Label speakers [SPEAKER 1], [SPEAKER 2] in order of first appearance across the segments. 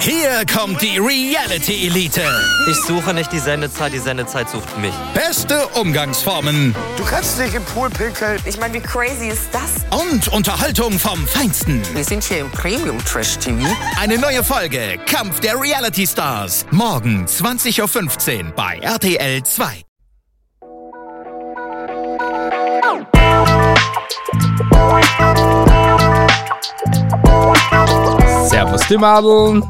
[SPEAKER 1] Hier kommt die Reality Elite.
[SPEAKER 2] Ich suche nicht die Sendezeit, die Sendezeit sucht mich.
[SPEAKER 1] Beste Umgangsformen
[SPEAKER 3] Du kannst dich im Pool pinkeln.
[SPEAKER 4] Ich meine, wie crazy ist das?
[SPEAKER 1] und Unterhaltung vom Feinsten.
[SPEAKER 3] Wir sind hier im Premium Trash TV.
[SPEAKER 1] Eine neue Folge Kampf der Reality Stars. Morgen 20.15 Uhr bei RTL 2.
[SPEAKER 5] Servus die Madeln,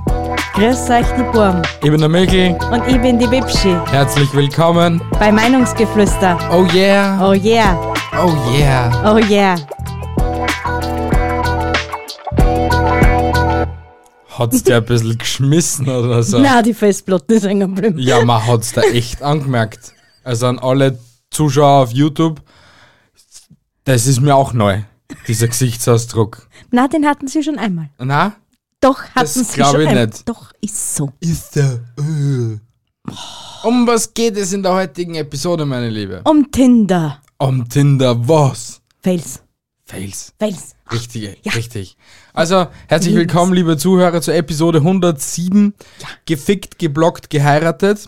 [SPEAKER 6] Grüß euch, die Burm.
[SPEAKER 5] ich bin der Michel,
[SPEAKER 6] Und ich bin die Bibschi
[SPEAKER 5] herzlich willkommen.
[SPEAKER 6] bei Meinungsgeflüster.
[SPEAKER 5] Oh yeah,
[SPEAKER 6] Oh yeah,
[SPEAKER 5] oh yeah.
[SPEAKER 6] oh yeah.
[SPEAKER 5] Hat's dir ein bisschen geschmissen oder so?
[SPEAKER 6] Na, die Festplatte ist eingeblieben.
[SPEAKER 5] Ja, man hat's da echt angemerkt. Also an alle Zuschauer auf YouTube, das ist mir auch neu, dieser Gesichtsausdruck.
[SPEAKER 6] Na, den hatten sie schon einmal.
[SPEAKER 5] Na?
[SPEAKER 6] Doch, hatten
[SPEAKER 5] Das
[SPEAKER 6] sie
[SPEAKER 5] glaub
[SPEAKER 6] schon
[SPEAKER 5] ich
[SPEAKER 6] einmal.
[SPEAKER 5] nicht.
[SPEAKER 6] Doch, ist so.
[SPEAKER 5] Ist der. äh. Um was geht es in der heutigen Episode, meine Liebe?
[SPEAKER 6] Um Tinder.
[SPEAKER 5] Um Tinder was?
[SPEAKER 6] Fails.
[SPEAKER 5] Fails.
[SPEAKER 6] Fails.
[SPEAKER 5] Richtig, richtig. Also, herzlich willkommen, liebe Zuhörer, zur Episode 107. Gefickt, geblockt, geheiratet.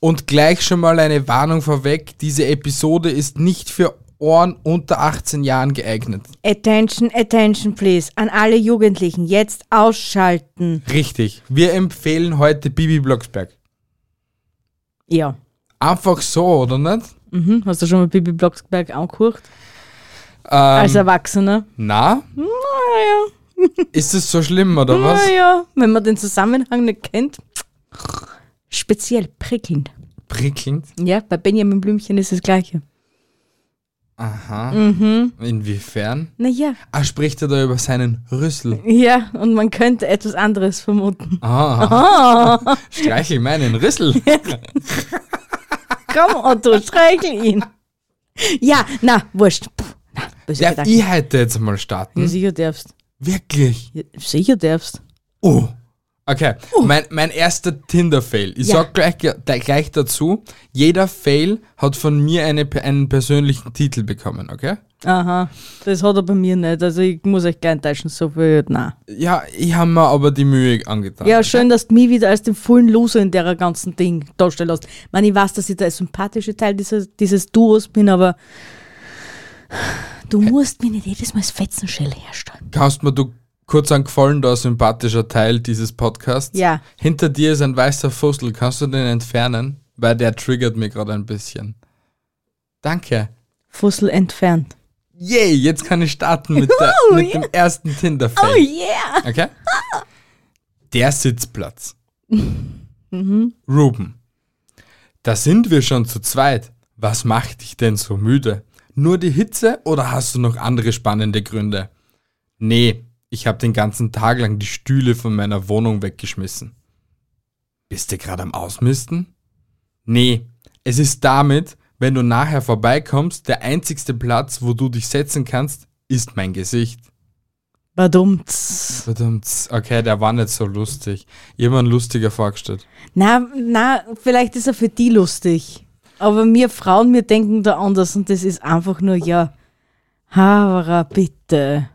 [SPEAKER 5] Und gleich schon mal eine Warnung vorweg: Diese Episode ist nicht für Ohren unter 18 Jahren geeignet.
[SPEAKER 6] Attention, attention, please. An alle Jugendlichen. Jetzt ausschalten.
[SPEAKER 5] Richtig. Wir empfehlen heute Bibi Blocksberg.
[SPEAKER 6] Ja.
[SPEAKER 5] Einfach so, oder nicht?
[SPEAKER 6] Hm, hast du schon mal Bibi Blocksberg angehört?
[SPEAKER 5] Ähm.
[SPEAKER 6] Als Erwachsener?
[SPEAKER 5] Na?
[SPEAKER 6] Naja,
[SPEAKER 5] Ist es so schlimm, oder was?
[SPEAKER 6] naja. Wenn man den Zusammenhang nicht kennt. Speziell prickelnd.
[SPEAKER 5] Prickelnd.
[SPEAKER 6] Ja, bei Benjamin Blümchen ist das Gleiche.
[SPEAKER 5] Aha. Inwiefern?
[SPEAKER 6] Naja.
[SPEAKER 5] Ah, spricht er da über seinen Rüssel?
[SPEAKER 6] Ja, und man könnte etwas anderes vermuten.
[SPEAKER 5] Ah. Streichel meinen Rüssel.
[SPEAKER 6] Komm, Otto, streichel ihn. Ja, na, wurscht. Puh, na, böse
[SPEAKER 5] Darf
[SPEAKER 6] Gedanken.
[SPEAKER 5] ich heute jetzt mal starten?
[SPEAKER 6] Ja, sicher darfst.
[SPEAKER 5] Wirklich?
[SPEAKER 6] Ja, sicher darfst.
[SPEAKER 5] Oh. Okay, mein, mein erster Tinder-Fail. Ich
[SPEAKER 6] Oh. Ja.
[SPEAKER 5] sag gleich, da- gleich dazu, jeder Fail hat von mir eine, pe- einen persönlichen Titel bekommen, okay?
[SPEAKER 6] Aha, das hat er bei mir nicht. Also ich muss euch gleich enttäuschen, so viel, na.
[SPEAKER 5] Ja, ich habe mir aber die Mühe angetan.
[SPEAKER 6] Ja, schön, dass du mich wieder als den vollen Loser in der ganzen Ding darstellen lässt. Ich meine, ich weiß, dass ich der sympathische Teil dieses, dieses Duos bin, aber du musst mir nicht jedes Mal das Fetzenschell herstellen.
[SPEAKER 5] Kannst mir du kurz einen Gefallen, da ein sympathischer Teil dieses Podcasts?
[SPEAKER 6] Ja.
[SPEAKER 5] Hinter dir ist ein weißer Fussel, kannst du den entfernen? Weil der triggert mir gerade ein bisschen. Danke.
[SPEAKER 6] Fussel entfernt.
[SPEAKER 5] Yay, jetzt kann ich starten mit, der,
[SPEAKER 6] Oh,
[SPEAKER 5] mit
[SPEAKER 6] ja.
[SPEAKER 5] dem ersten Tinder-Fail.
[SPEAKER 6] Oh yeah!
[SPEAKER 5] Okay? Der Sitzplatz. Ruben. Da sind wir schon zu zweit. Was macht dich denn so müde? Nur die Hitze oder hast du noch andere spannende Gründe? Nee, ich habe den ganzen Tag lang die Stühle von meiner Wohnung weggeschmissen. Bist du gerade am Ausmisten? Nee, es ist damit, wenn du nachher vorbeikommst, der einzigste Platz, wo du dich setzen kannst, ist mein Gesicht.
[SPEAKER 6] Badumts.
[SPEAKER 5] Verdammt, okay, der war nicht so lustig. Jemand lustiger vorgestellt.
[SPEAKER 6] Na, na, vielleicht ist er für die lustig. Aber wir Frauen, wir denken da anders und das ist einfach nur, ja, Havara, bitte.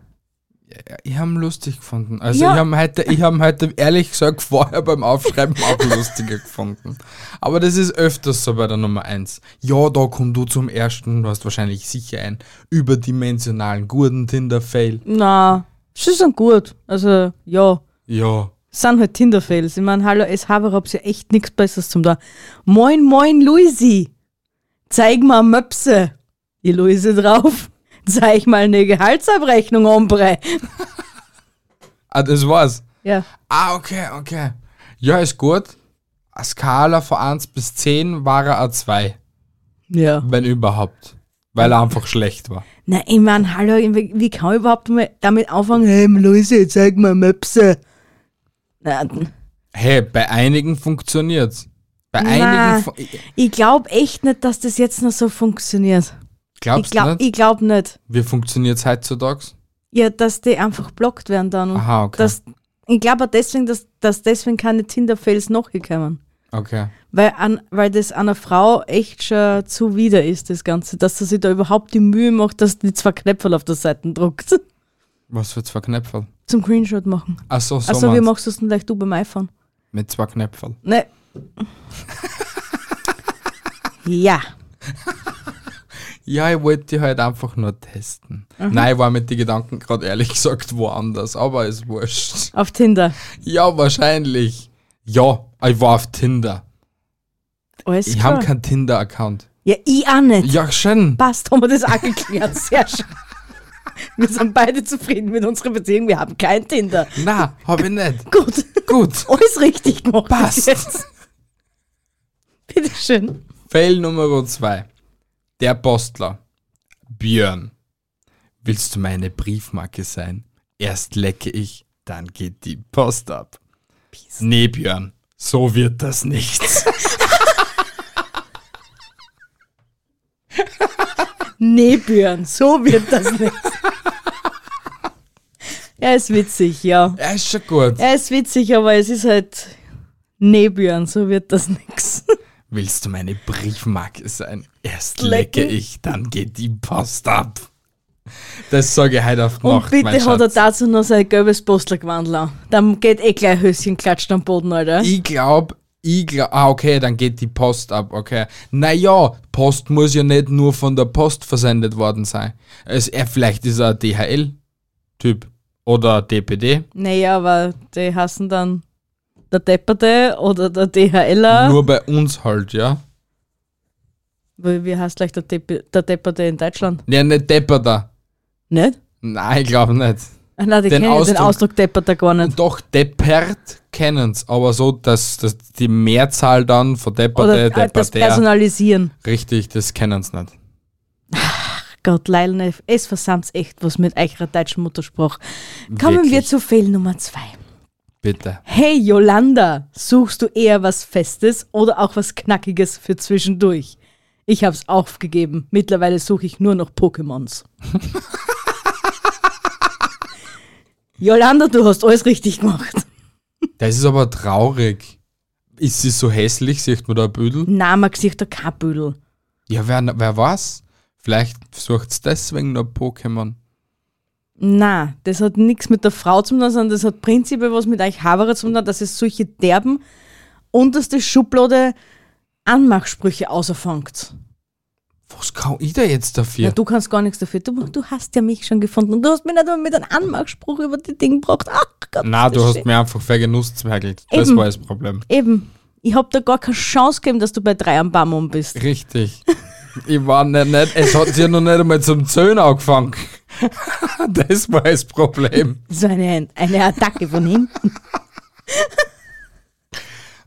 [SPEAKER 5] Ja, Ich habe ihn lustig gefunden. Also
[SPEAKER 6] Ja.
[SPEAKER 5] ich habe ihn heute, ich hab ihn heute ehrlich gesagt vorher beim Aufschreiben auch lustiger gefunden. Aber das ist öfters so bei der Nummer 1. Ja, da komm du zum ersten, du hast wahrscheinlich sicher einen überdimensionalen guten Tinder-Fail.
[SPEAKER 6] Na, sie sind gut. Also, ja,
[SPEAKER 5] Ja.
[SPEAKER 6] sind halt Tinder-Fails. Ich meine, hallo, es Havara, hab's ja echt nichts Besseres zum da. Moin, moin, Luisi. Zeig mal Möpse. Die Luise drauf. Zeig mal eine Gehaltsabrechnung, Ombre.
[SPEAKER 5] Ah, das war's.
[SPEAKER 6] Ja.
[SPEAKER 5] Ah, okay, okay. Ja, ist gut. A Skala von 1 bis 10 war er A2,
[SPEAKER 6] Ja.
[SPEAKER 5] wenn überhaupt. Weil er einfach schlecht war.
[SPEAKER 6] Na, ich mein, hallo, wie wie kann ich überhaupt mal damit anfangen? Hey, Luise, zeig mal Möpse. Na,
[SPEAKER 5] Hey, bei einigen funktioniert's. Bei einigen. Fu
[SPEAKER 6] ich glaube echt nicht, dass das jetzt noch so funktioniert.
[SPEAKER 5] glaubst
[SPEAKER 6] ich glaube
[SPEAKER 5] du nicht?
[SPEAKER 6] ich glaub nicht.
[SPEAKER 5] Wie funktioniert's heutzutage?
[SPEAKER 6] Ja, dass die einfach blockt werden dann. und
[SPEAKER 5] Aha, okay.
[SPEAKER 6] Dass, ich glaube deswegen, dass, dass deswegen keine Tinder-Fails noch gekommen.
[SPEAKER 5] Okay.
[SPEAKER 6] Weil, an, weil das einer Frau echt schon zuwider ist, das Ganze. Dass sie sich da überhaupt die Mühe macht, dass die zwei Knöpfe auf der Seite druckt.
[SPEAKER 5] Was für zwei Knöpferl?
[SPEAKER 6] Zum Screenshot machen.
[SPEAKER 5] Achso, so
[SPEAKER 6] Achso, wie
[SPEAKER 5] meinst-
[SPEAKER 6] machst du es denn gleich du beim iPhone?
[SPEAKER 5] Mit zwei Knöpferl.
[SPEAKER 6] Ne. ja.
[SPEAKER 5] Ja, ich wollte die halt einfach nur testen.
[SPEAKER 6] Mhm.
[SPEAKER 5] Nein, ich war mit den Gedanken gerade ehrlich gesagt woanders, aber ist wurscht.
[SPEAKER 6] Auf Tinder.
[SPEAKER 5] Ja, wahrscheinlich. Ja, ich war auf Tinder.
[SPEAKER 6] Alles
[SPEAKER 5] Ich
[SPEAKER 6] klar.
[SPEAKER 5] habe keinen Tinder-Account.
[SPEAKER 6] ja, ich auch nicht.
[SPEAKER 5] Ja, schön.
[SPEAKER 6] Passt, haben wir das auch geklärt. Sehr schön. Wir sind beide zufrieden mit unserer Beziehung. Wir haben kein Tinder.
[SPEAKER 5] Na, habe ich nicht.
[SPEAKER 6] Gut.
[SPEAKER 5] Gut.
[SPEAKER 6] Alles richtig gemacht. bis jetzt.
[SPEAKER 5] Passt.
[SPEAKER 6] Bitteschön.
[SPEAKER 5] Fail Nummer zwei. Der Postler. Björn. Willst du meine Briefmarke sein? Erst lecke ich, dann geht die Post ab. Nee, Björn. So wird das nichts.
[SPEAKER 6] Nee, Björn, so wird das nicht. er ist witzig, ja.
[SPEAKER 5] er ist schon gut.
[SPEAKER 6] Er ist witzig, aber es ist halt. Nee, Björn, so wird das nix.
[SPEAKER 5] Willst du meine Briefmarke sein? Erst
[SPEAKER 6] Lecke.
[SPEAKER 5] lecke ich, dann geht die Post ab. Das sage ich heute auf
[SPEAKER 6] Und
[SPEAKER 5] Nacht, mein
[SPEAKER 6] bitte hat er
[SPEAKER 5] Schatz.
[SPEAKER 6] dazu noch sein gelbes Postelgewandel an. Dann geht eh gleich Höschen klatscht am Boden, Alter.
[SPEAKER 5] Ich glaube, ich glaub, ah, okay, dann geht die Post ab, okay. Naja, Post muss ja nicht nur von der Post versendet worden sein. Es, er, vielleicht ist er ein DHL-Typ oder DPD.
[SPEAKER 6] Naja, aber die hassen dann der Depperte oder der DHLer.
[SPEAKER 5] Nur bei uns halt, ja.
[SPEAKER 6] Wie, wie heißt gleich der, Depp, der Depperte in Deutschland?
[SPEAKER 5] Ja, nicht Depperter.
[SPEAKER 6] Nicht?
[SPEAKER 5] Nein, ich glaube nicht.
[SPEAKER 6] Ach Ah, nein, die
[SPEAKER 5] Den
[SPEAKER 6] kennen den
[SPEAKER 5] Ausdruck-
[SPEAKER 6] Ausdruck Depperte gar nicht.
[SPEAKER 5] Doch, deppert kennen's, aber so, dass, dass die Mehrzahl dann von
[SPEAKER 6] Oder
[SPEAKER 5] depperte,
[SPEAKER 6] äh, das
[SPEAKER 5] depperter.
[SPEAKER 6] Personalisieren.
[SPEAKER 5] Richtig, das kennen's nicht.
[SPEAKER 6] Gott, Leilne, es versammt echt was mit eurer deutschen Muttersprache. Kommen wir
[SPEAKER 5] Wirklich.
[SPEAKER 6] zu Fail Nummer zwei.
[SPEAKER 5] Bitte.
[SPEAKER 6] Hey Yolanda, suchst du eher was Festes oder auch was Knackiges für zwischendurch? Ich hab's aufgegeben. Mittlerweile suche ich nur noch Pokémons. Yolanda, du hast alles richtig gemacht.
[SPEAKER 5] Das ist aber traurig. Ist sie so hässlich? Sieht man da ein Büdel?
[SPEAKER 6] Na, man sieht da kein Büdel.
[SPEAKER 5] Ja, wer, wer weiß? Vielleicht sucht's deswegen noch Pokémon.
[SPEAKER 6] Na, das hat nichts mit der Frau zu tun, sondern das hat prinzipiell was mit euch Haberer zu tun, dass es solche derben, unterste Schublade Anmachsprüche auserfangt.
[SPEAKER 5] Was kann ich da jetzt dafür?
[SPEAKER 6] Ja, du kannst gar nichts dafür. Du, du hast ja mich schon gefunden und du hast mir nicht mal mit einem Anmachspruch über die Dinge gebracht. Ach Gott.
[SPEAKER 5] Na,
[SPEAKER 6] ist
[SPEAKER 5] du
[SPEAKER 6] das
[SPEAKER 5] hast
[SPEAKER 6] schön.
[SPEAKER 5] mir einfach vergenusszwergelt. Das
[SPEAKER 6] Eben.
[SPEAKER 5] war das Problem.
[SPEAKER 6] Eben. Ich hab da gar keine Chance gegeben, dass du bei drei am Bammum bist.
[SPEAKER 5] Richtig. ich war nicht, nicht, es hat sich ja noch nicht einmal zum Zöhn angefangen. das war das Problem.
[SPEAKER 6] So eine, eine Attacke von hinten.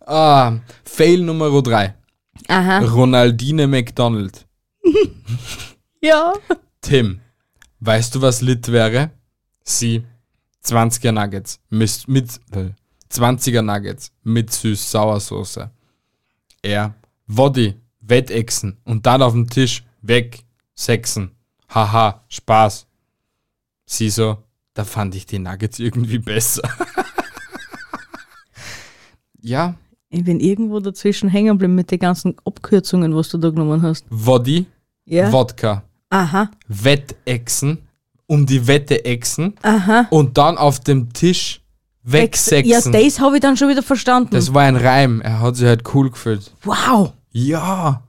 [SPEAKER 5] Ah, Fail Nummer 3.
[SPEAKER 6] Aha.
[SPEAKER 5] Ronaldine McDonald.
[SPEAKER 6] Ja.
[SPEAKER 5] Tim, weißt du, was Lit wäre? Sie. 20er Nuggets mit, mit äh, 20er Nuggets mit süß-sauersoße. Er. Woddy, Wettechsen und dann auf dem Tisch weg, sechsen. Haha, Spaß. Sie so, da fand ich die Nuggets irgendwie besser. ja,
[SPEAKER 6] Ich bin irgendwo dazwischen hängen geblieben mit den ganzen Abkürzungen, was du da genommen hast.
[SPEAKER 5] Woddy,
[SPEAKER 6] Ja.
[SPEAKER 5] Wodka.
[SPEAKER 6] Aha.
[SPEAKER 5] Wettechsen, um die Wetteechsen und dann auf dem Tisch
[SPEAKER 6] Ja,
[SPEAKER 5] wegsexen.
[SPEAKER 6] das habe ich dann schon wieder verstanden.
[SPEAKER 5] das war ein Reim, er hat sich halt cool gefühlt.
[SPEAKER 6] wow.
[SPEAKER 5] Ja.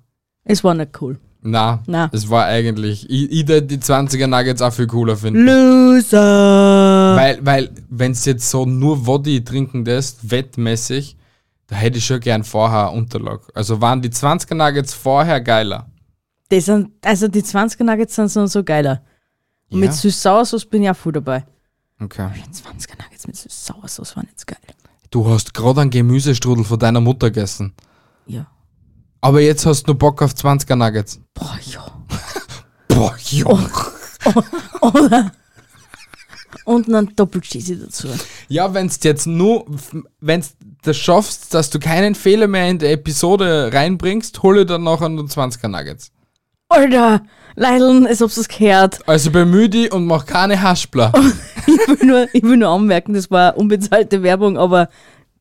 [SPEAKER 6] Es war nicht cool.
[SPEAKER 5] Na,
[SPEAKER 6] Na.
[SPEAKER 5] es war eigentlich, ich, ich würd die 20er Nuggets auch viel cooler finden.
[SPEAKER 6] Loser.
[SPEAKER 5] Weil, weil wenn es jetzt so nur Woddy trinken lässt, wettmäßig, da hätte ich schon gern vorher einen Unterlag. Also waren die 20er Nuggets vorher geiler.
[SPEAKER 6] Das sind, also die 20er Nuggets sind so, so geiler. Und
[SPEAKER 5] Ja.
[SPEAKER 6] mit Süß-Sauersoße bin ich auch voll dabei.
[SPEAKER 5] Okay.
[SPEAKER 6] 20er Nuggets mit Süß-Sauersoße waren jetzt geil.
[SPEAKER 5] Du hast gerade einen Gemüsestrudel von deiner Mutter gegessen.
[SPEAKER 6] Ja.
[SPEAKER 5] Aber jetzt hast du Bock auf 20er Nuggets.
[SPEAKER 6] Boah, ja. Oh.
[SPEAKER 5] Boah, ja.
[SPEAKER 6] Und dann Doppelcheesy dazu.
[SPEAKER 5] Ja, wenn's jetzt nur, wenn's das schaffst, dass du keinen Fehler mehr in der Episode reinbringst, hole dann noch einen 20er Nuggets.
[SPEAKER 6] Alter, Leideln, als ob es gehört.
[SPEAKER 5] Also bemühe dich und mach keine Haschbler.
[SPEAKER 6] Ich will, nur, ich will nur anmerken, das war unbezahlte Werbung, aber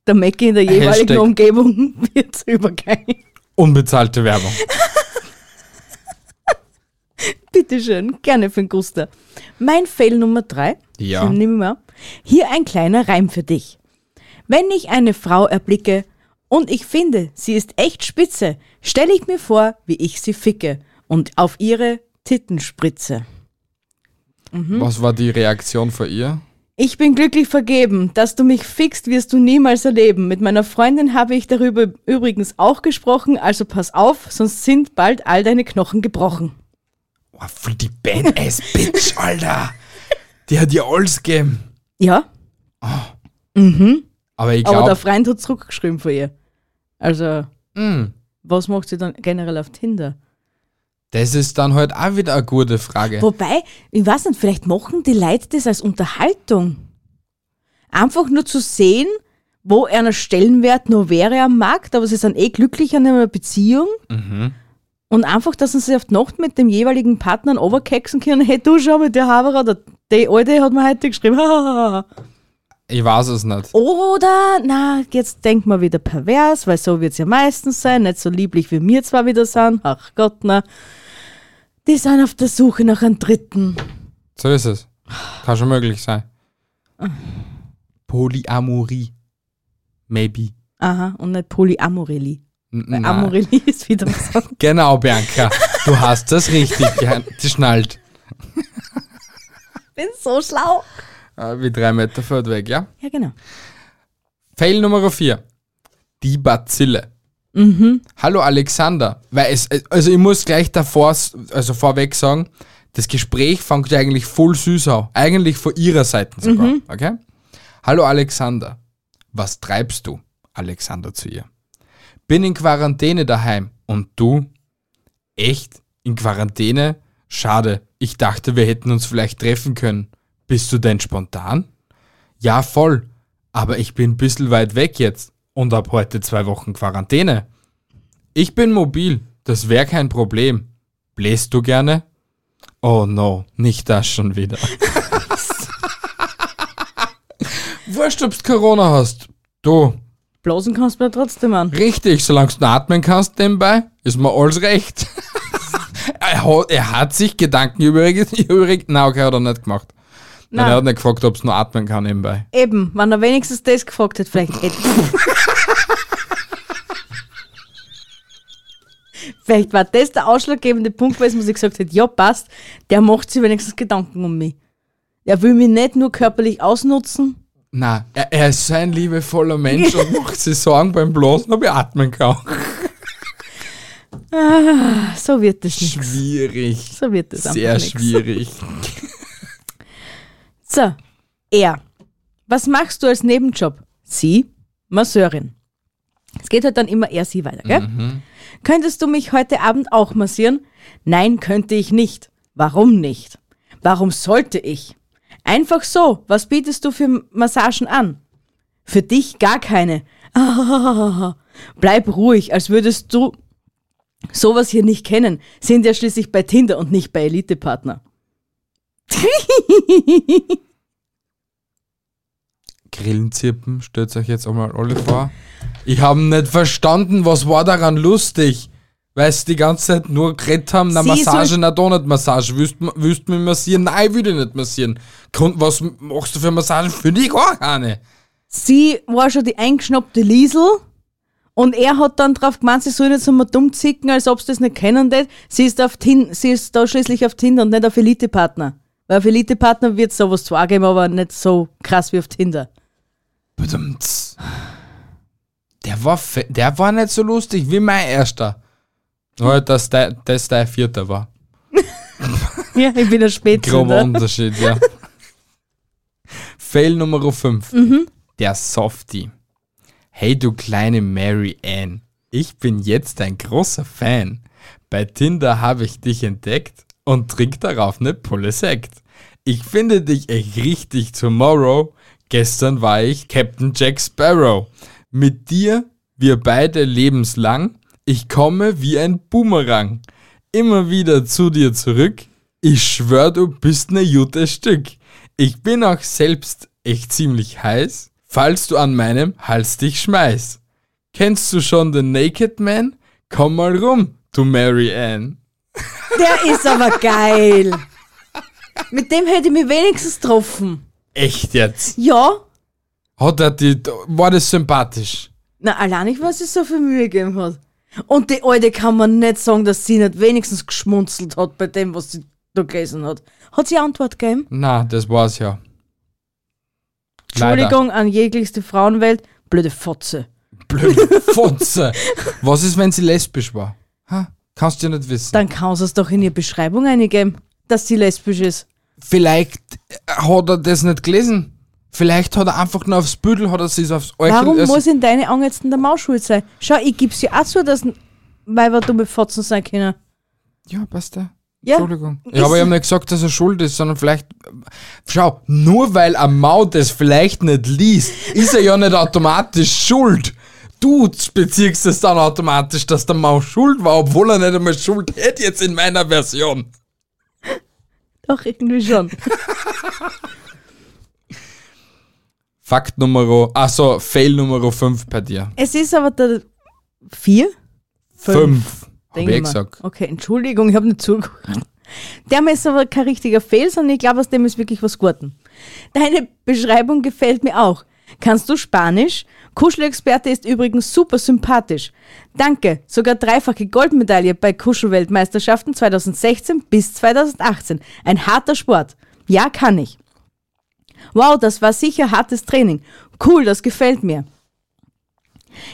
[SPEAKER 6] der Mackie in der jeweiligen
[SPEAKER 5] Hashtag.
[SPEAKER 6] Umgebung wird übergeil.
[SPEAKER 5] Unbezahlte Werbung.
[SPEAKER 6] Bitteschön, gerne für den Guster. Mein Fail Nummer drei
[SPEAKER 5] Ja.
[SPEAKER 6] Dann nehmen wir mal. Hier ein kleiner Reim für dich. Wenn ich eine Frau erblicke und ich finde, sie ist echt spitze, stelle ich mir vor, wie ich sie ficke und auf ihre Titten spritze. Mhm.
[SPEAKER 5] Was war die Reaktion von ihr?
[SPEAKER 6] Ich bin glücklich vergeben. Dass du mich fickst, wirst du niemals erleben. Mit meiner Freundin habe ich darüber übrigens auch gesprochen, also pass auf, sonst sind bald all deine Knochen gebrochen.
[SPEAKER 5] Oh, voll die Badass Bitch, Alter. Die hat ihr alles gegeben.
[SPEAKER 6] Ja,
[SPEAKER 5] Aber ich
[SPEAKER 6] aber der
[SPEAKER 5] glaube,
[SPEAKER 6] Freund hat zurückgeschrieben von ihr. Also, was macht sie dann generell auf Tinder?
[SPEAKER 5] das ist dann halt auch wieder eine gute Frage.
[SPEAKER 6] Wobei, ich weiß nicht, vielleicht machen die Leute das als Unterhaltung. Einfach nur zu sehen, wo einer Stellenwert noch wäre am Markt, aber sie sind eh glücklich an einer Beziehung. Und einfach, dass sie sich auf die Nacht mit dem jeweiligen Partner overkexen können. Hey, du schau mal, der Haberer oder die Alte hat mir heute geschrieben.
[SPEAKER 5] Ich weiß es nicht.
[SPEAKER 6] Oder, na, jetzt denkt man wieder pervers, weil so wird's ja meistens sein, nicht so lieblich wie wir zwar wieder sind. Ach Gott, na. Die sind auf der Suche nach einem Dritten.
[SPEAKER 5] So ist es. Kann schon möglich sein. Polyamorie. Maybe.
[SPEAKER 6] Aha, und nicht Polyamorelli.
[SPEAKER 5] N-
[SPEAKER 6] Weil
[SPEAKER 5] nein.
[SPEAKER 6] Amorelli ist wieder was anderes.
[SPEAKER 5] Genau, Bianca. Du hast das richtig ge- geschnallt.
[SPEAKER 6] Ich bin so schlau.
[SPEAKER 5] Äh, Wie drei Meter fort weg, ja?
[SPEAKER 6] Ja, genau.
[SPEAKER 5] Fail Nummer 4. Die Bazille. Hallo Alexander. Weil es, also ich muss gleich davor, s- also vorweg sagen, das Gespräch fängt ja eigentlich voll süß an. Eigentlich von ihrer Seite sogar. Okay? Hallo Alexander. Was treibst du? Alexander zu ihr. Bin in Quarantäne daheim. Und du? Echt? In Quarantäne? Schade. Ich dachte, wir hätten uns vielleicht treffen können. Bist du denn spontan? Ja, voll. Aber ich bin ein bisschen weit weg jetzt und ab heute zwei Wochen Quarantäne. Ich bin mobil, das wäre kein Problem. Bläst du gerne? Oh no, nicht das schon wieder. Wurscht, ob's Corona hast. Du,
[SPEAKER 6] Blasen kannst du mir trotzdem an.
[SPEAKER 5] richtig, solange du atmen kannst nebenbei, ist mir alles recht. er, hat, er hat sich Gedanken über... über na okay, hat er nicht gemacht. Nein.
[SPEAKER 6] Nein.
[SPEAKER 5] Er hat nicht gefragt, ob's nur atmen kann nebenbei.
[SPEAKER 6] Eben, wenn er wenigstens das gefragt hätte, vielleicht hätte. vielleicht war das der ausschlaggebende Punkt, weil ich gesagt hätte, ja, passt, der macht sich wenigstens Gedanken um mich. Er will mich nicht nur körperlich ausnutzen.
[SPEAKER 5] Na, er, er ist so ein liebevoller Mensch und macht sich Sorgen beim Bloßen, ob ich atmen kann.
[SPEAKER 6] So wird das nicht.
[SPEAKER 5] Schwierig.
[SPEAKER 6] So wird das
[SPEAKER 5] Sehr
[SPEAKER 6] einfach nix.
[SPEAKER 5] schwierig.
[SPEAKER 6] So, er. Was machst du als Nebenjob? Sie, Masseurin. Es geht halt dann immer er, sie weiter, gell? Könntest du mich heute Abend auch massieren? Nein, könnte ich nicht. Warum nicht? Warum sollte ich? Einfach so. Was bietest du für Massagen an? Für dich gar keine. Bleib ruhig, als würdest du sowas hier nicht kennen. Sind ja schließlich bei Tinder und nicht bei Elitepartner.
[SPEAKER 5] Grillenzirpen, stellt euch jetzt einmal alle vor. Ich habe nicht verstanden, was war daran lustig. Weil sie die ganze Zeit nur geredet haben, na
[SPEAKER 6] Sie
[SPEAKER 5] Massage,
[SPEAKER 6] soll-
[SPEAKER 5] na Donut-Massage, willst, du- willst du mich massieren? Nein, ich will dich nicht massieren. Grund, was machst du für Massagen? Für dich gar keine.
[SPEAKER 6] sie war schon die eingeschnappte Liesel und er hat dann drauf gemeint, sie soll nicht so mal dumm zicken, als ob sie das nicht kennen tät. Sie ist, auf Tin sie ist da schließlich auf Tinder und nicht auf Elite-Partner. Weil auf Elite-Partner wird sowas zwar geben, aber nicht so krass wie auf Tinder.
[SPEAKER 5] Badumts. Der war, fe- der war nicht so lustig wie mein erster. Nur, dass der, dass der vierter war.
[SPEAKER 6] Ja, ich bin
[SPEAKER 5] Grober
[SPEAKER 6] ein Spätzünder.
[SPEAKER 5] Unterschied, ja. Fail Nummer 5. Der Softie. Hey du kleine Mary Ann, ich bin jetzt ein großer Fan. Bei Tinder habe ich dich entdeckt und trink darauf ne Pulle Sekt. Ich finde dich echt richtig tomorrow. Gestern war ich Captain Jack Sparrow. Mit dir, wir beide lebenslang. Ich komme wie ein Boomerang. Immer wieder zu dir zurück. Ich schwör, du bist ne gutes Stück. Ich bin auch selbst echt ziemlich heiß, falls du an meinem Hals dich schmeißt. Kennst du schon den Naked Man? Komm mal rum, du Mary Ann.
[SPEAKER 6] Der ist aber geil. Mit dem hätte ich mich wenigstens getroffen.
[SPEAKER 5] Echt jetzt?
[SPEAKER 6] Ja,
[SPEAKER 5] Hat er die, war das sympathisch?
[SPEAKER 6] na, allein ich, was es so viel Mühe gegeben hat. Und die Alte kann man nicht sagen, dass sie nicht wenigstens geschmunzelt hat bei dem, was sie da gelesen hat. Hat sie Antwort gegeben?
[SPEAKER 5] Na, das war's ja. Leider.
[SPEAKER 6] Entschuldigung an jeglichste Frauenwelt, blöde Fotze.
[SPEAKER 5] Blöde Fotze. Was ist, wenn sie lesbisch war? Ha? Kannst du ja nicht wissen.
[SPEAKER 6] Dann kann sie es doch in ihre Beschreibung eingeben, dass sie lesbisch ist.
[SPEAKER 5] Vielleicht äh, hat er das nicht gelesen. Vielleicht hat er einfach nur aufs Büdel, hat er sich aufs Euchel.
[SPEAKER 6] Warum
[SPEAKER 5] also-
[SPEAKER 6] muss in deine Augen jetzt denn der Maus schuld sein? Schau, ich gib's ja auch so, dass Weiber dumme Fotzen sein können.
[SPEAKER 5] Ja, passt ja.
[SPEAKER 6] Ja.
[SPEAKER 5] Entschuldigung. Ja, aber ich habe nicht gesagt, dass er schuld ist, sondern vielleicht. Schau, nur weil ein Mau das vielleicht nicht liest, ist er ja nicht automatisch schuld. Du beziehst es dann automatisch, dass der Mau schuld war, obwohl er nicht einmal schuld hätte jetzt in meiner Version.
[SPEAKER 6] Doch, irgendwie schon.
[SPEAKER 5] Fakt Nummer, also Fail Nummer 5 bei dir.
[SPEAKER 6] es ist aber der vier?
[SPEAKER 5] Fünf. Hab ich
[SPEAKER 6] Denke
[SPEAKER 5] eh
[SPEAKER 6] mal.
[SPEAKER 5] gesagt.
[SPEAKER 6] Okay, Entschuldigung, ich habe nicht zugehört. Der mir ist aber kein richtiger Fehl, sondern ich glaube, aus dem ist wirklich was Guten. Deine Beschreibung gefällt mir auch. Kannst du Spanisch? Kuschelexperte ist übrigens super sympathisch. Danke, sogar dreifache Goldmedaille bei Kuschelweltmeisterschaften 2016 bis 2018. Ein harter Sport. Ja, kann ich. Wow, das war sicher hartes Training. Cool, das gefällt mir.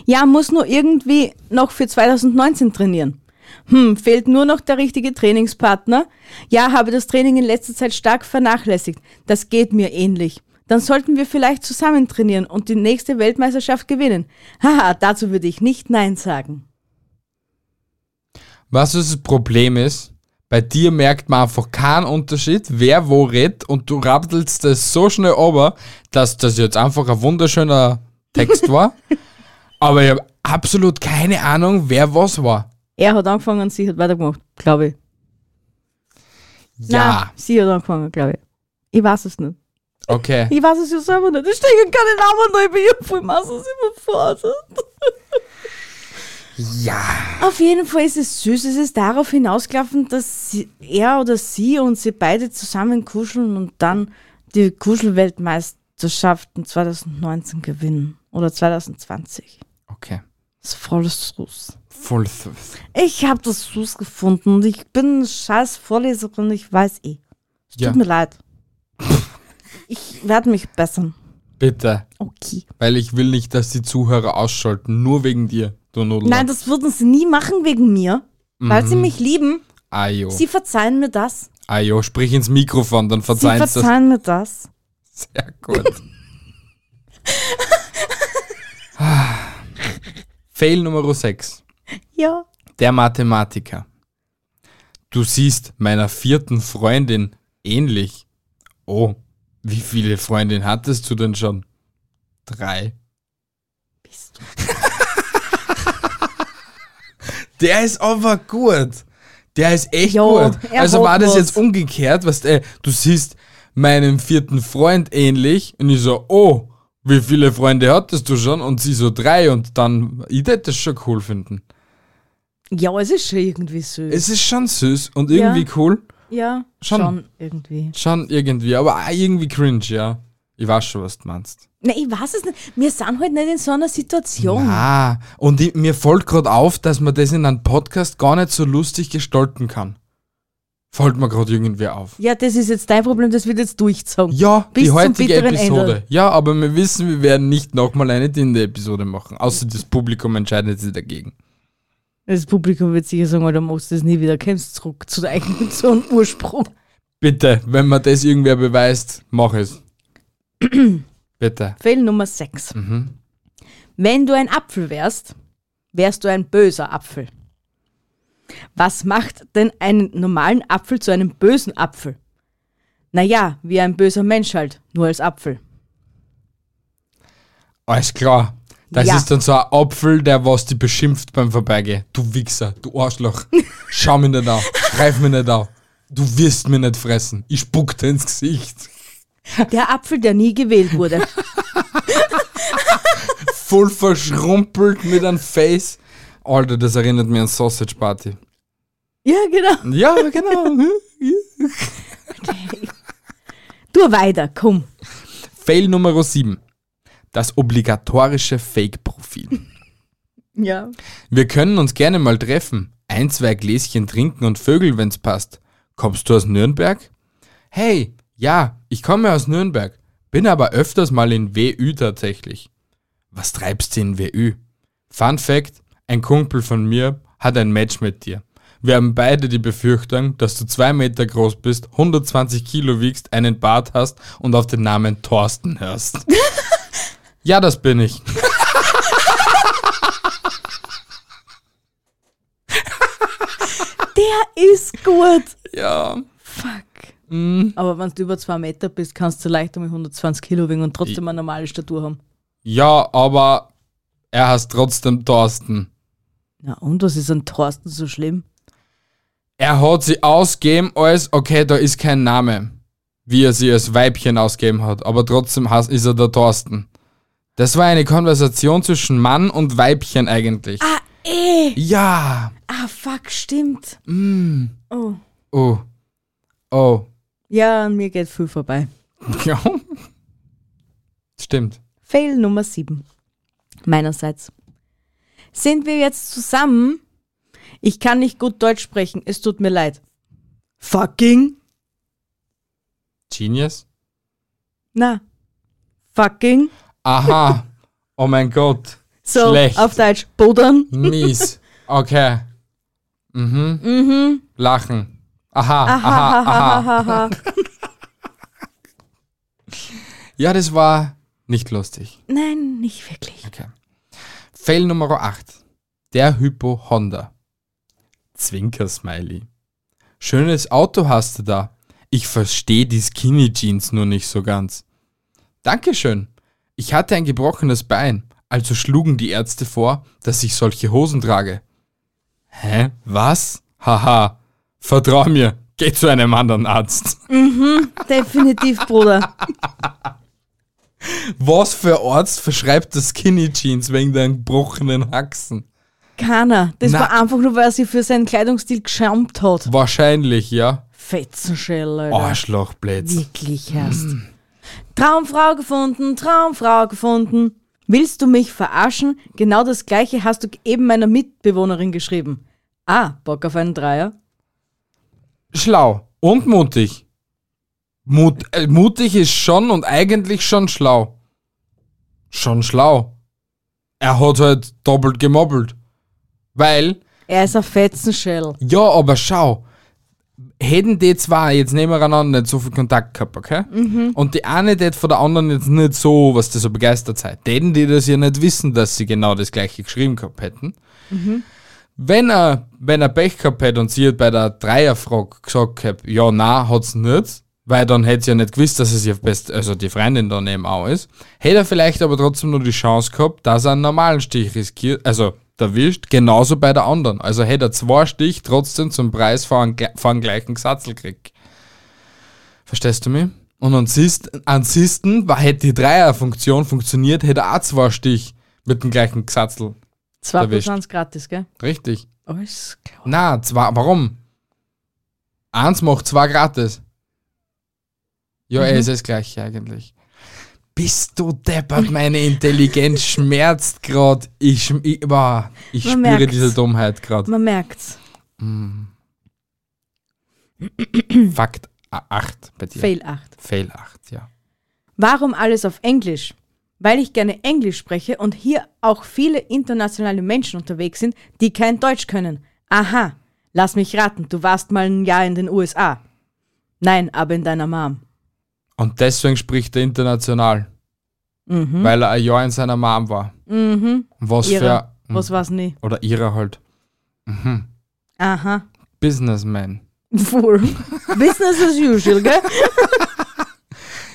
[SPEAKER 6] Ja, muss nur irgendwie noch für 2019 trainieren. Hm, fehlt nur noch der richtige Trainingspartner? Ja, habe das Training in letzter Zeit stark vernachlässigt. Das geht mir ähnlich. Dann sollten wir vielleicht zusammen trainieren und die nächste Weltmeisterschaft gewinnen. Haha, dazu würde ich nicht Nein sagen.
[SPEAKER 5] Was ist das Problem ist? Bei dir merkt man einfach keinen Unterschied, wer wo redet und du raptelst das so schnell runter, dass das jetzt einfach ein wunderschöner Text war. Aber ich habe absolut keine Ahnung, wer was war.
[SPEAKER 6] Er hat angefangen, sie hat weitergemacht, glaube ich. Nein,
[SPEAKER 5] Ja,
[SPEAKER 6] sie hat angefangen, glaube ich. Ich weiß es nicht.
[SPEAKER 5] okay.
[SPEAKER 6] Ich weiß es ja selber nicht. Ich stecke keine Namen da, ich bin ja voll masslos überfordert.
[SPEAKER 5] Ja.
[SPEAKER 6] Auf jeden Fall ist es süß. Es ist darauf hinausgelaufen, dass sie, er oder sie und sie beide zusammen kuscheln und dann die Kuschelweltmeisterschaften 2019 gewinnen. Oder 2020.
[SPEAKER 5] Okay.
[SPEAKER 6] Das ist voll süß.
[SPEAKER 5] Voll. th-
[SPEAKER 6] Ich habe das süß gefunden und ich bin eine scheiß Vorleserin, ich weiß eh. Es
[SPEAKER 5] Ja.
[SPEAKER 6] tut mir leid. Ich werde mich bessern.
[SPEAKER 5] Bitte.
[SPEAKER 6] Okay.
[SPEAKER 5] Weil ich will nicht, dass die Zuhörer ausschalten. Nur wegen dir, du Nudel.
[SPEAKER 6] Nein, das würden sie nie machen wegen mir, weil
[SPEAKER 5] Mhm.
[SPEAKER 6] sie mich lieben.
[SPEAKER 5] Ajo.
[SPEAKER 6] Sie verzeihen mir das.
[SPEAKER 5] Ajo, sprich ins Mikrofon, dann
[SPEAKER 6] Sie
[SPEAKER 5] verzeihen sie das.
[SPEAKER 6] verzeihen mir das.
[SPEAKER 5] Sehr gut. Fail Nummer 6.
[SPEAKER 6] Ja.
[SPEAKER 5] Der Mathematiker. Du siehst meiner vierten Freundin ähnlich. Oh, wie viele Freundinnen hattest du denn schon? Drei.
[SPEAKER 6] Bist
[SPEAKER 5] Der ist aber gut. Der ist echt
[SPEAKER 6] Jo,
[SPEAKER 5] gut.
[SPEAKER 6] er
[SPEAKER 5] Also
[SPEAKER 6] hat
[SPEAKER 5] war das
[SPEAKER 6] was.
[SPEAKER 5] jetzt umgekehrt, was äh, du siehst meinem vierten Freund ähnlich und ich so, oh, wie viele Freunde hattest du schon? Und sie so drei und dann, ich hätte das schon cool finden.
[SPEAKER 6] du? Ja, es ist schon irgendwie süß.
[SPEAKER 5] Es ist schon süß und irgendwie
[SPEAKER 6] Ja.
[SPEAKER 5] cool,
[SPEAKER 6] ja,
[SPEAKER 5] schon.
[SPEAKER 6] schon. irgendwie.
[SPEAKER 5] schon irgendwie, aber auch irgendwie cringe, ja. Ich weiß schon, was du meinst.
[SPEAKER 6] Ne, ich weiß es nicht. Wir sind halt nicht in so einer Situation.
[SPEAKER 5] Ah, und ich, mir fällt gerade auf, dass man das in einem Podcast gar nicht so lustig gestalten kann. Fällt mir gerade irgendwie auf.
[SPEAKER 6] Ja, das ist jetzt dein Problem, das wird jetzt durchgezogen.
[SPEAKER 5] Ja,
[SPEAKER 6] Bis
[SPEAKER 5] die
[SPEAKER 6] zum
[SPEAKER 5] heutige
[SPEAKER 6] bitteren
[SPEAKER 5] Episode.
[SPEAKER 6] Ende.
[SPEAKER 5] Ja, aber wir wissen, wir werden nicht nochmal eine Tinder-Episode machen. Außer das Publikum entscheidet sich dagegen.
[SPEAKER 6] Das Publikum wird sicher sagen, Alter, machst du das nie wieder, kommst zurück zu deinem so einem Ursprung.
[SPEAKER 5] Bitte, wenn man das irgendwer beweist, mach es. Bitte.
[SPEAKER 6] Fehl Nummer 6.
[SPEAKER 5] Mhm.
[SPEAKER 6] Wenn du ein Apfel wärst, wärst du ein böser Apfel. Was macht denn einen normalen Apfel zu einem bösen Apfel? Naja, wie ein böser Mensch halt, nur als Apfel.
[SPEAKER 5] Alles klar. Das
[SPEAKER 6] Ja.
[SPEAKER 5] ist dann so ein Apfel, der was die beschimpft beim Vorbeigehen. Du Wichser, du Arschloch. Schau mich nicht an. Greif mich nicht an. Du wirst mich nicht fressen. Ich spuck dir ins Gesicht.
[SPEAKER 6] Der Apfel, der nie gewählt wurde.
[SPEAKER 5] Voll verschrumpelt mit einem Face. Alter, das erinnert mich an Sausage Party.
[SPEAKER 6] ja, genau.
[SPEAKER 5] Ja, genau.
[SPEAKER 6] Du weiter, komm.
[SPEAKER 5] Fail Nummer 7. Das obligatorische Fake-Profil.
[SPEAKER 6] Ja.
[SPEAKER 5] Wir können uns gerne mal treffen. Ein, zwei Gläschen trinken und Vögel, wenn's passt. Kommst du aus Nürnberg? Hey, ja, ich komme aus Nürnberg. Bin aber öfters mal in WÜ tatsächlich. Was treibst du in WÜ? Fun Fact: Ein Kumpel von mir hat ein Match mit dir. Wir haben beide die Befürchtung, dass du zwei Meter groß bist, 120 Kilo wiegst, einen Bart hast und auf den Namen Thorsten hörst. ja, das bin ich.
[SPEAKER 6] Der ist gut.
[SPEAKER 5] Ja.
[SPEAKER 6] Fuck. Aber wenn du über zwei Meter bist, kannst du leicht um 120 Kilo wiegen und trotzdem eine normale Statur haben.
[SPEAKER 5] Ja, aber er heißt trotzdem Thorsten.
[SPEAKER 6] Na und, was ist an Thorsten so schlimm?
[SPEAKER 5] Er hat sie ausgeben als, okay, da ist kein Name, wie er sie als Weibchen ausgeben hat, aber trotzdem heißt, ist er der Thorsten. Das war eine Konversation zwischen Mann und Weibchen eigentlich.
[SPEAKER 6] Ah, eh.
[SPEAKER 5] Ja.
[SPEAKER 6] Ah, fuck, stimmt. Oh.
[SPEAKER 5] Oh. Oh.
[SPEAKER 6] Ja, an mir geht viel vorbei.
[SPEAKER 5] Ja. Stimmt.
[SPEAKER 6] Fail Nummer 7. Meinerseits. Sind wir jetzt zusammen? Ich kann nicht gut Deutsch sprechen, es tut mir leid. Fucking?
[SPEAKER 5] Genius?
[SPEAKER 6] Na. Fucking?
[SPEAKER 5] Aha. Oh mein Gott.
[SPEAKER 6] So,
[SPEAKER 5] Schlecht.
[SPEAKER 6] auf Deutsch. Bodern?
[SPEAKER 5] Mies. Okay. Mhm. Mhm. Lachen. Aha. Aha. Aha.
[SPEAKER 6] Hahaha.
[SPEAKER 5] Ja, das war nicht lustig.
[SPEAKER 6] Nein, nicht wirklich.
[SPEAKER 5] Okay. Fail Nummer 8. Der Hypo Honda. Zwinker-Smiley. Schönes Auto hast du da. Ich verstehe die Skinny Jeans nur nicht so ganz. Dankeschön. Ich hatte ein gebrochenes Bein, also schlugen die Ärzte vor, dass ich solche Hosen trage. Hä? Was? Haha. Vertrau mir, geh zu einem anderen Arzt.
[SPEAKER 6] Definitiv, Bruder.
[SPEAKER 5] Was für Arzt verschreibt das Skinny Jeans wegen deinen gebrochenen Haxen?
[SPEAKER 6] Keiner. Das
[SPEAKER 5] Na.
[SPEAKER 6] war einfach nur, weil er sich für seinen Kleidungsstil geschämt hat.
[SPEAKER 5] Wahrscheinlich, ja.
[SPEAKER 6] Fetzenschell, Alter.
[SPEAKER 5] Oh, Arschlochblitz.
[SPEAKER 6] Wirklich erst.
[SPEAKER 5] Mm.
[SPEAKER 6] Traumfrau gefunden, Traumfrau gefunden. Willst du mich verarschen? Genau das gleiche hast du eben meiner Mitbewohnerin geschrieben. Ah, Bock auf einen Dreier?
[SPEAKER 5] Schlau und mutig. Mut, äh, mutig ist schon und eigentlich schon schlau. Schon schlau. Er hat halt doppelt gemobbelt. Weil,
[SPEAKER 6] Er ist ein Fetzenschell.
[SPEAKER 5] ja, aber schau, hätten die zwei jetzt nebeneinander nicht so viel Kontakt gehabt, okay? Und die eine hätte von der anderen jetzt nicht so, was die so begeistert seid, hätten die das ja nicht wissen, dass sie genau das gleiche geschrieben gehabt hätten. Wenn er, wenn er Pech gehabt hätte und sie hat bei der Dreierfrage gesagt hat, ja, na, hat's nicht, weil dann hätte sie ja nicht gewusst, dass es ihr best, also die Freundin daneben auch ist, hätte er vielleicht aber trotzdem nur die Chance gehabt, dass er einen normalen Stich riskiert, also erwischt, genauso bei der anderen. Also hätte er zwei Stich trotzdem zum Preis von, einem gle- von einem gleichen Gesatzel gekriegt. Verstehst du mich? Und ansonst- ansonsten, war- hätte die Dreierfunktion funktioniert, hätte er auch zwei Stich mit dem gleichen Gesatzel.
[SPEAKER 6] Zwei plus
[SPEAKER 5] Erwischt.
[SPEAKER 6] eins gratis, gell?
[SPEAKER 5] Richtig.
[SPEAKER 6] Alles klar.
[SPEAKER 5] Na, zwei, warum? Eins macht zwei gratis. Ja,
[SPEAKER 6] Mhm.
[SPEAKER 5] es ist das gleiche eigentlich. Bist du deppert, meine Intelligenz schmerzt grad. Ich, schm- ich, boah, ich
[SPEAKER 6] Man
[SPEAKER 5] spüre
[SPEAKER 6] merkt's.
[SPEAKER 5] diese Dummheit grad.
[SPEAKER 6] Man merkt's.
[SPEAKER 5] Fakt 8 bei dir.
[SPEAKER 6] Fail 8.
[SPEAKER 5] Fail 8, ja.
[SPEAKER 6] Warum alles auf Englisch? Weil ich gerne Englisch spreche und hier auch viele internationale Menschen unterwegs sind, die kein Deutsch können. Aha, lass mich raten, du warst mal ein Jahr in den USA. Nein, aber in deiner Mom.
[SPEAKER 5] Und deswegen spricht er international.
[SPEAKER 6] Mhm.
[SPEAKER 5] Weil er ein Jahr in seiner Mom war. Was
[SPEAKER 6] Ihre.
[SPEAKER 5] für.
[SPEAKER 6] Was war's nie?
[SPEAKER 5] Oder ihrer halt.
[SPEAKER 6] Aha.
[SPEAKER 5] Businessman.
[SPEAKER 6] Voll. Business as usual, gell?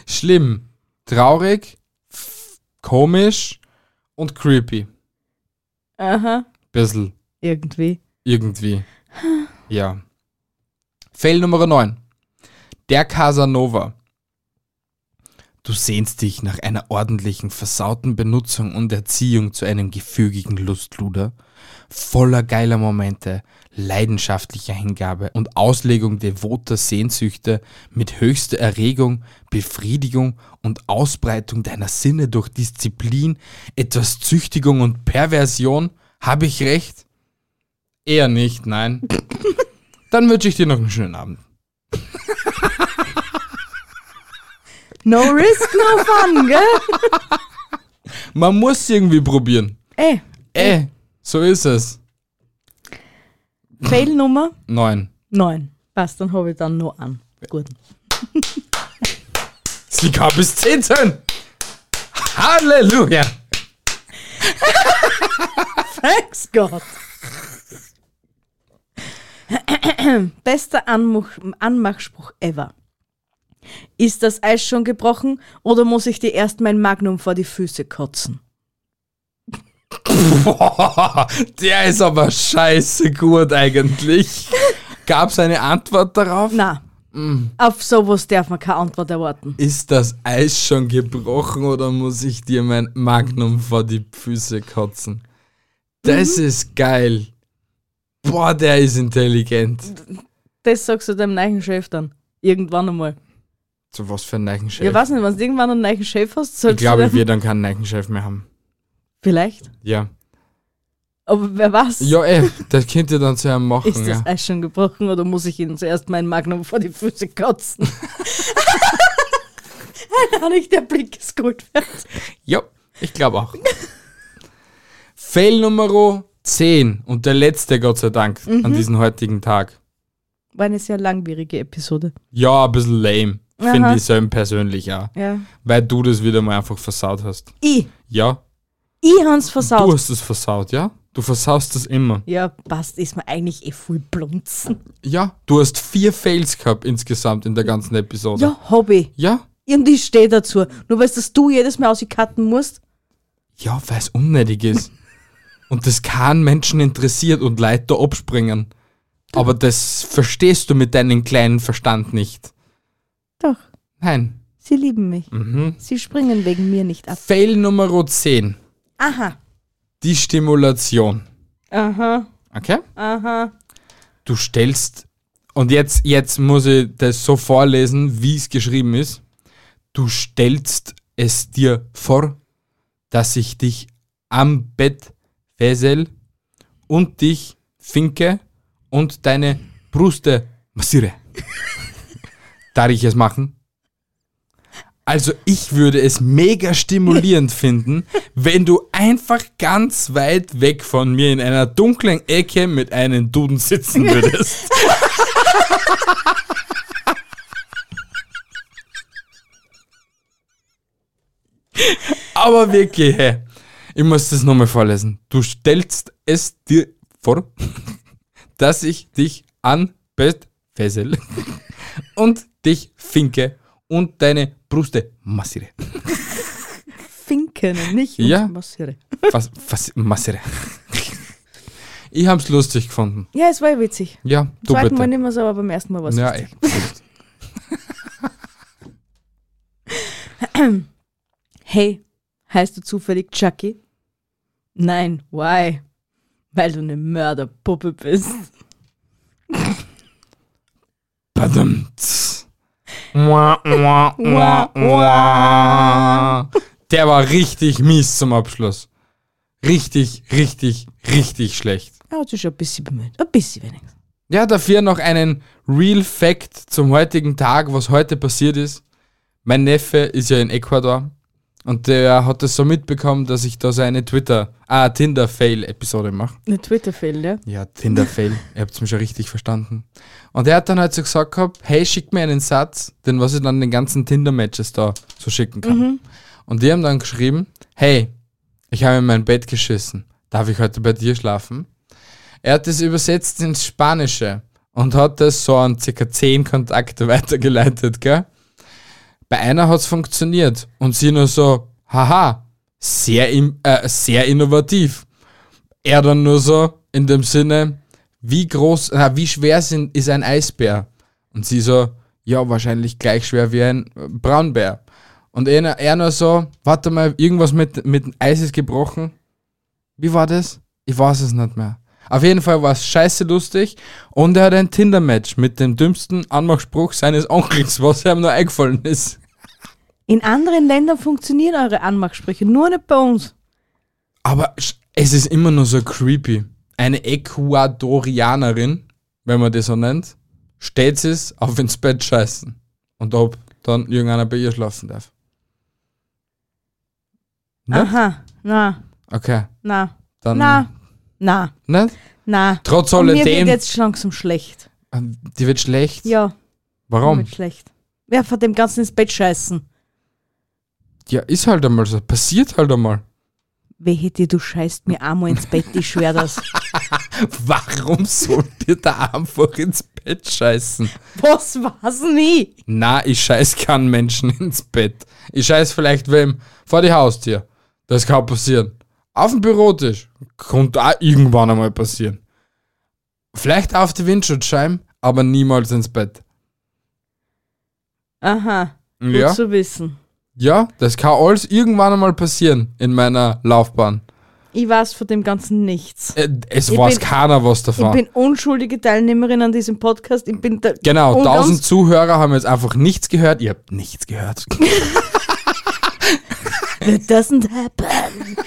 [SPEAKER 5] Schlimm, traurig, f- komisch und creepy.
[SPEAKER 6] Aha.
[SPEAKER 5] Bissl.
[SPEAKER 6] Irgendwie.
[SPEAKER 5] Irgendwie. Ja. Fail Nummer 9. Der Casanova. Du sehnst dich nach einer ordentlichen, versauten Benutzung und Erziehung zu einem gefügigen Lustluder, voller geiler Momente, leidenschaftlicher Hingabe und Auslegung devoter Sehnsüchte mit höchster Erregung, Befriedigung und Ausbreitung deiner Sinne durch Disziplin, etwas Züchtigung und Perversion? Habe ich recht? Eher nicht, nein. Dann wünsche ich dir noch einen schönen Abend.
[SPEAKER 6] No risk, no fun, gell?
[SPEAKER 5] Man muss irgendwie probieren.
[SPEAKER 6] Ey,
[SPEAKER 5] Äh, so ist es.
[SPEAKER 6] Fail Nummer
[SPEAKER 5] Neun.
[SPEAKER 6] 9. Passt, dann habe ich dann noch an. Gut.
[SPEAKER 5] Sie gab es zehn. Halleluja.
[SPEAKER 6] Thanks Gott. Bester Anmuch Anmachspruch ever. Ist das Eis schon gebrochen oder muss ich dir erst mein Magnum vor die Füße kotzen?
[SPEAKER 5] Boah, der ist aber scheiße gut eigentlich. Gab es eine Antwort darauf?
[SPEAKER 6] Na,
[SPEAKER 5] Mm.
[SPEAKER 6] auf sowas darf man keine Antwort erwarten.
[SPEAKER 5] Ist das Eis schon gebrochen oder muss ich dir mein Magnum vor die Füße kotzen? Das ist geil. Boah, der ist intelligent.
[SPEAKER 6] Das sagst du deinem neuen Chef dann. Irgendwann einmal.
[SPEAKER 5] Zu was für ein Neichenchef?
[SPEAKER 6] Ich weiß nicht, wenn du irgendwann einen neuen Chef hast,
[SPEAKER 5] ich
[SPEAKER 6] sollst du
[SPEAKER 5] glaube,
[SPEAKER 6] dann,
[SPEAKER 5] wir dann keinen Neichenchef mehr haben.
[SPEAKER 6] Vielleicht.
[SPEAKER 5] Ja.
[SPEAKER 6] Aber wer weiß,
[SPEAKER 5] Ja, ey, das könnt ihr dann zu einem machen.
[SPEAKER 6] ist das
[SPEAKER 5] ja.
[SPEAKER 6] Eis schon gebrochen oder muss ich ihnen zuerst mein Magnum vor die Füße kotzen? Nein, nicht der Blick ist gut wert.
[SPEAKER 5] Ja, ich glaube auch. Fail Nummer 10 und der letzte, Gott sei Dank,
[SPEAKER 6] Mhm.
[SPEAKER 5] an diesem heutigen Tag.
[SPEAKER 6] War eine sehr langwierige Episode.
[SPEAKER 5] Ja, ein bisschen lame, finde
[SPEAKER 6] Aha.
[SPEAKER 5] ich selber persönlich ja.
[SPEAKER 6] Ja.
[SPEAKER 5] Weil du das wieder mal einfach versaut hast.
[SPEAKER 6] Ich,
[SPEAKER 5] Ja,
[SPEAKER 6] ich hab's
[SPEAKER 5] du
[SPEAKER 6] versaut.
[SPEAKER 5] hast es versaut, ja? Du versaust es immer.
[SPEAKER 6] Ja, passt, ist mir eigentlich eh voll blunzen.
[SPEAKER 5] Ja, du hast vier Fails gehabt insgesamt in der ganzen Episode.
[SPEAKER 6] Ja, Hobby.
[SPEAKER 5] Ja?
[SPEAKER 6] Und ich stehe dazu. Nur weißt, dass du jedes Mal ausgekatten musst.
[SPEAKER 5] Ja, weil es unnötig ist. und das keinen Menschen interessiert und Leute abspringen. Aber das verstehst du mit deinem kleinen Verstand nicht.
[SPEAKER 6] Doch,
[SPEAKER 5] Nein.
[SPEAKER 6] sie lieben mich.
[SPEAKER 5] Mhm.
[SPEAKER 6] Sie springen wegen mir nicht ab.
[SPEAKER 5] Fail Nummer 10.
[SPEAKER 6] Aha.
[SPEAKER 5] Die Stimulation.
[SPEAKER 6] Aha.
[SPEAKER 5] Okay?
[SPEAKER 6] Aha.
[SPEAKER 5] Du stellst, und jetzt, jetzt muss ich das so vorlesen, wie es geschrieben ist. Du stellst es dir vor, dass ich dich am Bett fesel und dich finke und deine Brüste massiere. Darf ich es machen? Also ich würde es mega stimulierend finden, wenn du einfach ganz weit weg von mir in einer dunklen Ecke mit einem Duden sitzen würdest. Aber wirklich, hey, ich muss das nochmal vorlesen. Du stellst es dir vor, dass ich dich an Bett fessel und dich finke und deine Brüste massiere.
[SPEAKER 6] Finken, nicht? und
[SPEAKER 5] Ja.
[SPEAKER 6] massiere.
[SPEAKER 5] Was, was, massiere. Ich hab's lustig gefunden.
[SPEAKER 6] Ja, es war ja witzig.
[SPEAKER 5] Ja, du
[SPEAKER 6] Zweiten Mal
[SPEAKER 5] bitte.
[SPEAKER 6] nicht mehr so, aber beim ersten Mal war es
[SPEAKER 5] Ja,
[SPEAKER 6] witzig.
[SPEAKER 5] ey.
[SPEAKER 6] Hey, heißt du zufällig Chucky? Nein, why? Weil du eine Mörderpuppe bist.
[SPEAKER 5] Badumts. Mua, mua, mua,
[SPEAKER 6] Mua,
[SPEAKER 5] mua. Der war richtig mies zum Abschluss. Richtig, richtig, richtig schlecht.
[SPEAKER 6] Er hat sich schon ein bisschen bemüht. Ein bisschen wenigstens.
[SPEAKER 5] Ja, dafür noch einen Real Fact zum heutigen Tag, was heute passiert ist. Mein Neffe ist ja in Ecuador und der hat es so mitbekommen, dass ich da so eine Twitter, ah, Tinder-Fail-Episode mache.
[SPEAKER 6] Eine Twitter-Fail, ja?
[SPEAKER 5] Ja, Tinder-Fail. Ihr habt's mir schon richtig verstanden. Und er hat dann halt so gesagt gehabt, hey, schick mir einen Satz, den was ich dann den ganzen Tinder-Matches da so schicken kann. Und die haben dann geschrieben, hey, ich habe in mein Bett geschissen. Darf ich heute bei dir schlafen? Er hat das übersetzt ins Spanische und hat das so an circa 10 Kontakte weitergeleitet, gell? Bei einer hat's funktioniert und sie nur so, haha, sehr, im- äh, sehr innovativ er dann nur so in dem Sinne, wie groß, na, wie schwer sind, ist ein Eisbär? Und sie so, ja, wahrscheinlich gleich schwer wie ein äh, Braunbär. Und er, er nur so, warte mal, irgendwas mit, mit dem Eis ist gebrochen. Wie war das? Ich weiß es nicht mehr. Auf jeden Fall war es scheiße lustig und er hat ein Tinder-Match mit dem dümmsten Anmachspruch seines Onkels, was ihm nur eingefallen ist.
[SPEAKER 6] In anderen Ländern funktionieren eure Anmachsprüche, nur nicht bei uns.
[SPEAKER 5] Aber sch- es ist immer nur so creepy. Eine Ecuadorianerin, wenn man das so nennt, stellt sich auf ins Bett scheißen. Und ob dann irgendeiner bei ihr schlafen darf. Ne?
[SPEAKER 6] Aha, na,
[SPEAKER 5] Okay,
[SPEAKER 6] na,
[SPEAKER 5] dann.
[SPEAKER 6] na, na,
[SPEAKER 5] Nicht?
[SPEAKER 6] na.
[SPEAKER 5] Trotz
[SPEAKER 6] Und mir wird
[SPEAKER 5] alledem.
[SPEAKER 6] jetzt langsam schlecht.
[SPEAKER 5] Ah, Die wird schlecht.
[SPEAKER 6] Ja, mir
[SPEAKER 5] Warum?
[SPEAKER 6] wird schlecht. Wer von dem Ganzen ins Bett scheißen?
[SPEAKER 5] Ja, ist halt einmal so. Passiert halt einmal.
[SPEAKER 6] Wehe dir, du scheißt mir einmal ins Bett, ich schwör das.
[SPEAKER 5] Warum soll dir da einfach ins Bett scheißen?
[SPEAKER 6] Was war's nie?
[SPEAKER 5] Na, ich scheiß keinen Menschen ins Bett. Ich scheiß vielleicht wem vor die Haustür. Das kann passieren. Auf dem Bürotisch. Konnte auch irgendwann einmal passieren. Vielleicht auf die Windschutzscheibe, aber niemals ins Bett.
[SPEAKER 6] Aha, gut
[SPEAKER 5] Ja,
[SPEAKER 6] zu wissen.
[SPEAKER 5] ja, das kann alles irgendwann einmal passieren in meiner Laufbahn.
[SPEAKER 6] Ich weiß von dem Ganzen nichts.
[SPEAKER 5] Äh, Es
[SPEAKER 6] Ich
[SPEAKER 5] weiß
[SPEAKER 6] bin-
[SPEAKER 5] keiner was
[SPEAKER 6] Ich
[SPEAKER 5] davon.
[SPEAKER 6] bin unschuldige Teilnehmerin an diesem Podcast. Ich bin der
[SPEAKER 5] Genau,
[SPEAKER 6] und ganz-
[SPEAKER 5] tausend Zuhörer haben jetzt einfach nichts gehört. Ihr habt nichts gehört.
[SPEAKER 6] It doesn't happen.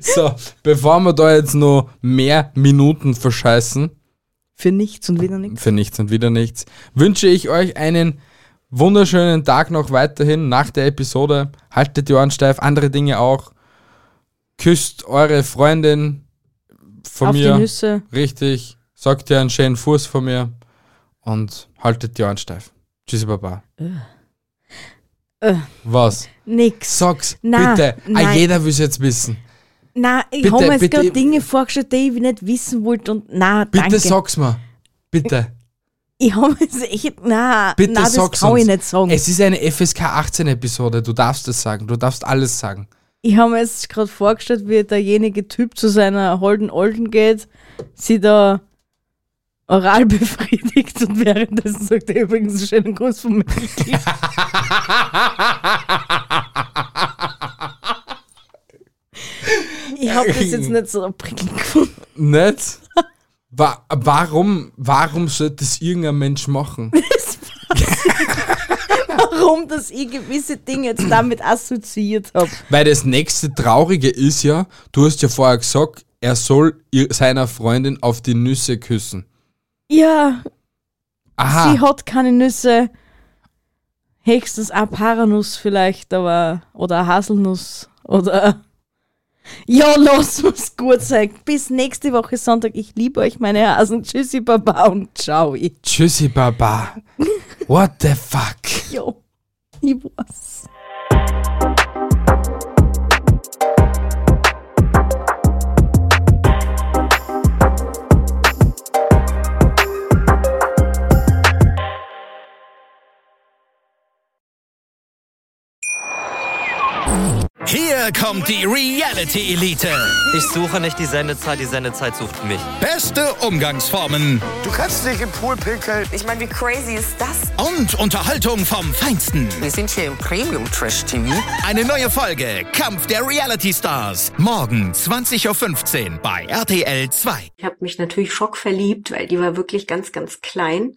[SPEAKER 5] so, bevor wir da jetzt noch mehr Minuten verscheißen,
[SPEAKER 6] Für nichts und wieder nichts.
[SPEAKER 5] für nichts und wieder nichts. Wünsche ich euch einen wunderschönen Tag noch weiterhin nach der Episode. Haltet die Ohren steif, andere Dinge auch. Küsst eure Freundin von
[SPEAKER 6] Auf
[SPEAKER 5] mir.
[SPEAKER 6] die Nüsse.
[SPEAKER 5] Richtig. Sagt ihr einen schönen Fuß von mir und haltet die Ohren steif. Tschüssi, Baba.
[SPEAKER 6] Äh.
[SPEAKER 5] Was?
[SPEAKER 6] Nix.
[SPEAKER 5] Sag's,
[SPEAKER 6] Na,
[SPEAKER 5] bitte. Ah,
[SPEAKER 6] nein.
[SPEAKER 5] jeder will's jetzt wissen.
[SPEAKER 6] Na, ich
[SPEAKER 5] Bitte,
[SPEAKER 6] habe mir jetzt
[SPEAKER 5] bitte.
[SPEAKER 6] gerade Dinge vorgestellt, die ich nicht wissen wollte und na,
[SPEAKER 5] Bitte
[SPEAKER 6] danke.
[SPEAKER 5] sag's mir. Bitte.
[SPEAKER 6] Ich habe jetzt echt, na,
[SPEAKER 5] Bitte
[SPEAKER 6] na, das
[SPEAKER 5] sag's
[SPEAKER 6] kann ich
[SPEAKER 5] uns.
[SPEAKER 6] nicht sagen.
[SPEAKER 5] Es ist eine FSK 18 Episode. Du darfst es sagen. Du darfst alles sagen.
[SPEAKER 6] Ich habe mir jetzt gerade vorgestellt, wie derjenige Typ zu seiner holden Olden geht, sie da oral befriedigt und währenddessen sagt er übrigens einen schönen Gruß von mir. ich habe das jetzt nicht so prickelnd gefunden.
[SPEAKER 5] Nicht? Wa warum, warum sollte das irgendein Mensch machen?
[SPEAKER 6] Das weiß ich, Warum, dass ich gewisse Dinge jetzt damit assoziiert habe.
[SPEAKER 5] Weil das nächste Traurige ist ja, du hast ja vorher gesagt, er soll ihr, seiner Freundin auf die Nüsse küssen.
[SPEAKER 6] Ja,
[SPEAKER 5] Aha.
[SPEAKER 6] Sie hat keine Nüsse. Höchstens eine Paranuss vielleicht, aber oder eine Haselnuss oder. Ja, lass uns gut sein. Bis nächste Woche Sonntag. Ich liebe euch, meine Hasen. Tschüssi, Baba und ciao. Ja,
[SPEAKER 5] Tschüssi, Baba. What the fuck?
[SPEAKER 6] ich weiß.
[SPEAKER 1] Hier kommt die Reality Elite.
[SPEAKER 2] Ich suche nicht die Sendezeit, die Sendezeit sucht mich.
[SPEAKER 1] Beste Umgangsformen
[SPEAKER 3] Du kannst dich im Pool pinkeln.
[SPEAKER 4] Ich meine, wie crazy ist das?
[SPEAKER 1] und Unterhaltung vom Feinsten.
[SPEAKER 3] Wir sind hier im Premium Trash TV.
[SPEAKER 1] Eine neue Folge Kampf der Reality Stars. Morgen 20.15 Uhr bei RTL 2.
[SPEAKER 7] Ich habe mich natürlich schockverliebt, weil die war wirklich ganz, ganz klein.